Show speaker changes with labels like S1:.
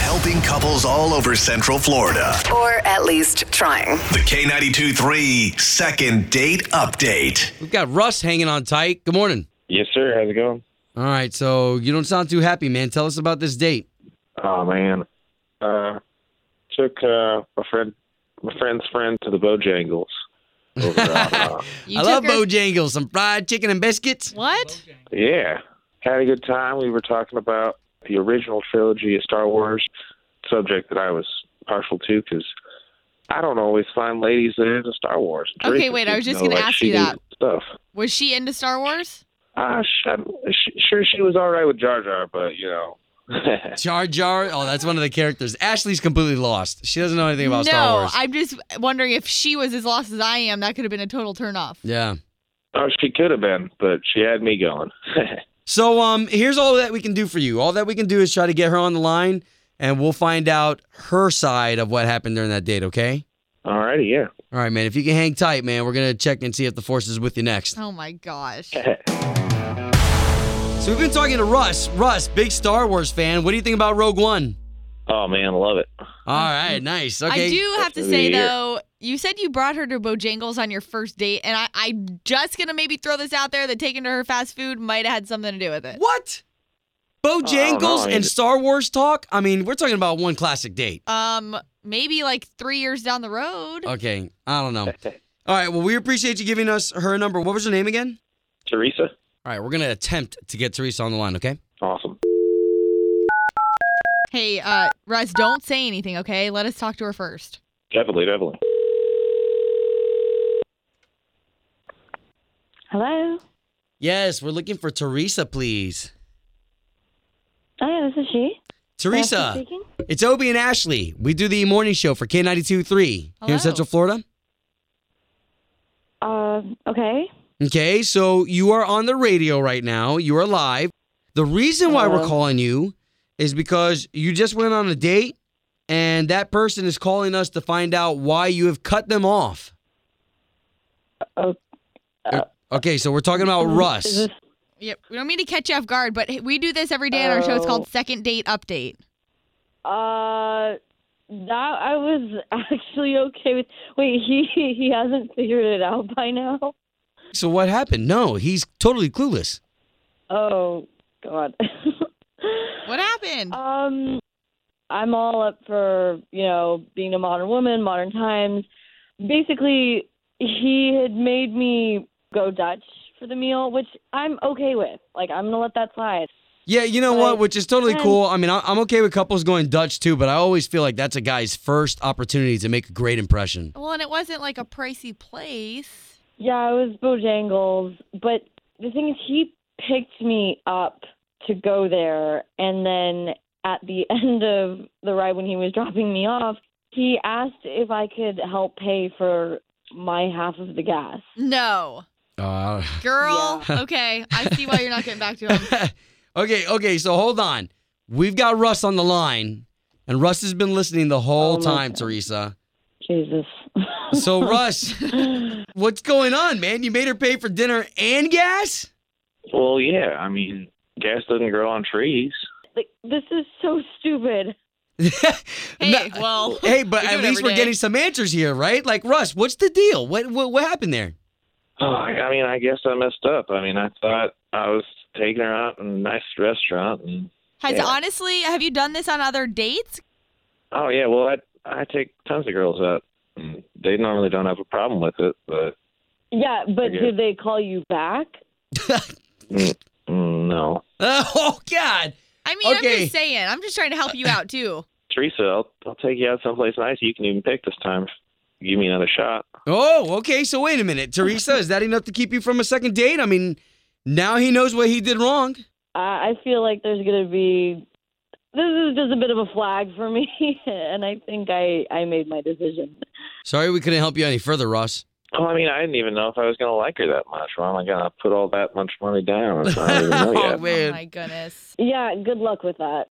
S1: helping couples all over Central Florida.
S2: Or at least trying.
S1: The K92 3 Second Date Update.
S3: We've got Russ hanging on tight. Good morning.
S4: Yes, sir. How's it going?
S3: All right, so you don't sound too happy, man. Tell us about this date.
S4: Oh man, uh, took uh, my friend, my friend's friend to the Bojangles. Over, at, uh,
S5: You
S3: I
S5: took
S3: love
S5: her-
S3: Bojangles, some fried chicken and biscuits.
S5: What?
S4: yeah, had a good time. We were talking about the original trilogy of Star Wars, subject that I was partial to because I don't always find ladies that are into Star Wars.
S5: Okay,
S4: Teresa
S5: wait, I was
S4: seems
S5: just
S4: to know,
S5: gonna
S4: like,
S5: ask
S4: she
S5: you
S4: knew
S5: that.
S4: stuff.
S5: Was she into Star Wars?
S4: Uh, sh- I'm sh- sure she was all right with Jar Jar, but you know.
S3: Jar Jar. Oh, that's one of the characters. Ashley's completely lost. She doesn't know anything about
S5: no,
S3: Star Wars.
S5: I'm just wondering if she was as lost as I am. That could have been a total turnoff.
S3: yeah.
S4: Oh, she could have been, but she had me going.
S3: So um, here's all that we can do for you. All that we can do is try to get her on the line, and we'll find out her side of what happened during that date. Okay.
S4: Alrighty, yeah.
S3: All right, man. If you can hang tight, man, we're gonna check and see if the force is with you next.
S5: Oh my gosh.
S3: So we've been talking to Russ. Russ, big Star Wars fan. What do you think about Rogue One?
S4: Oh man, love it.
S3: All right, nice. Okay.
S5: I do have to
S4: That's
S5: say
S4: really weird.
S5: though, you said you brought her to Bojangles on your first date, and I, I'm just gonna maybe throw this out there that taking to her fast food might have had something to do with it.
S3: What? Bojangles
S4: know.
S3: and Star Wars talk? I mean, we're talking about one classic date.
S5: Um, maybe like three years down the road.
S3: Okay, I don't know. All right, well, we appreciate you giving us her number. What was her name again?
S4: Teresa?
S3: All right, we're going to attempt to get Teresa on the line, okay?
S4: Awesome.
S5: Hey, uh, Russ, don't say anything, okay? Let us talk to her first.
S4: Definitely, definitely.
S6: Hello.
S3: Yes, we're looking for Teresa, please.
S6: Oh yeah, this is she. Ashley
S3: Teresa,
S6: speaking.
S3: it's Obie and Ashley. We do the morning show for K92 3 here
S5: Hello.
S3: in Central Florida.
S6: Um. Okay.
S3: Okay, so you are on the radio right now. You are live. The reason why we're
S6: Hello.
S3: calling you is because you just went on a date and that person is calling us to find out why you have cut them off. Er,
S6: Oh, uh,
S3: Okay, so we're talking about Russ.
S6: Is this,
S5: Yep. We don't mean to catch you off guard, but we do this every day on our show. It's
S6: Oh.
S5: called Second Date Update.
S6: uh, that I was actually okay with. Wait, he he hasn't figured it out by now.
S3: so what happened? No, he's totally clueless.
S6: Oh God.
S5: What happened?
S6: um, I'm all up for you know being a modern woman, modern times. Basically, he had made me go Dutch for the meal, which I'm okay with. Like I'm gonna let that slide.
S3: Yeah, you know
S6: Right.
S3: what? Which is totally
S6: Right.
S3: cool. I mean, I- I'm okay with couples going Dutch too, but I always feel like that's a guy's first opportunity to make a great impression.
S5: well, and it wasn't like a pricey place.
S6: Yeah, it was Bojangles. But the thing is, he picked me up to go there. And then at the end of the ride, when he was dropping me off, he asked if I could help pay for my half of the gas.
S5: No.
S3: Uh,
S5: Girl, okay. I see why you're not getting back to him.
S3: okay, okay, so hold on. We've got Russ on the line, and Russ has been listening the whole
S6: Oh, my
S3: time,
S6: God.
S3: Teresa.
S6: Jesus.
S3: So, Russ, what's going on, man? You made her pay for dinner and gas?
S4: Well, yeah, I mean, gas doesn't grow on trees.
S6: like, this is so stupid.
S5: Hey, well,
S3: Hey, but
S5: we
S3: at
S5: do it
S3: least
S5: every
S3: we're
S5: day.
S3: getting some answers here, right? Like, Russ, what's the deal? What what, what happened there?
S4: Oh, I mean, I guess I messed up. I mean, I thought I was taking her out in a nice restaurant, and
S5: has
S4: Yeah.
S5: honestly, have you done this on other dates?
S4: oh yeah, well, I I take tons of girls out. and They normally don't have a problem with it, but
S6: Yeah, but
S4: Okay.
S6: did they call you back?
S4: mm, no.
S3: Oh, God.
S5: I mean, I'm
S3: Okay.
S5: just saying. I'm just trying to help you out, too.
S4: Teresa, I'll I'll take you out someplace nice. You can even pick this time. Give me another shot.
S3: Oh, okay. So wait a minute, Teresa. is that enough to keep you from a second date? I mean, now he knows what he did wrong.
S6: I I feel like there's going to be. This is just a bit of a flag for me, and I think I, I made my decision.
S3: Sorry, we couldn't help you any further, Ross.
S4: Well, I mean, I didn't even know if I was going to like her that much. Why am I going to put all that much money down? if I don't even know
S3: Oh,
S4: yet.
S3: man.
S5: my goodness.
S6: Yeah, good luck with that.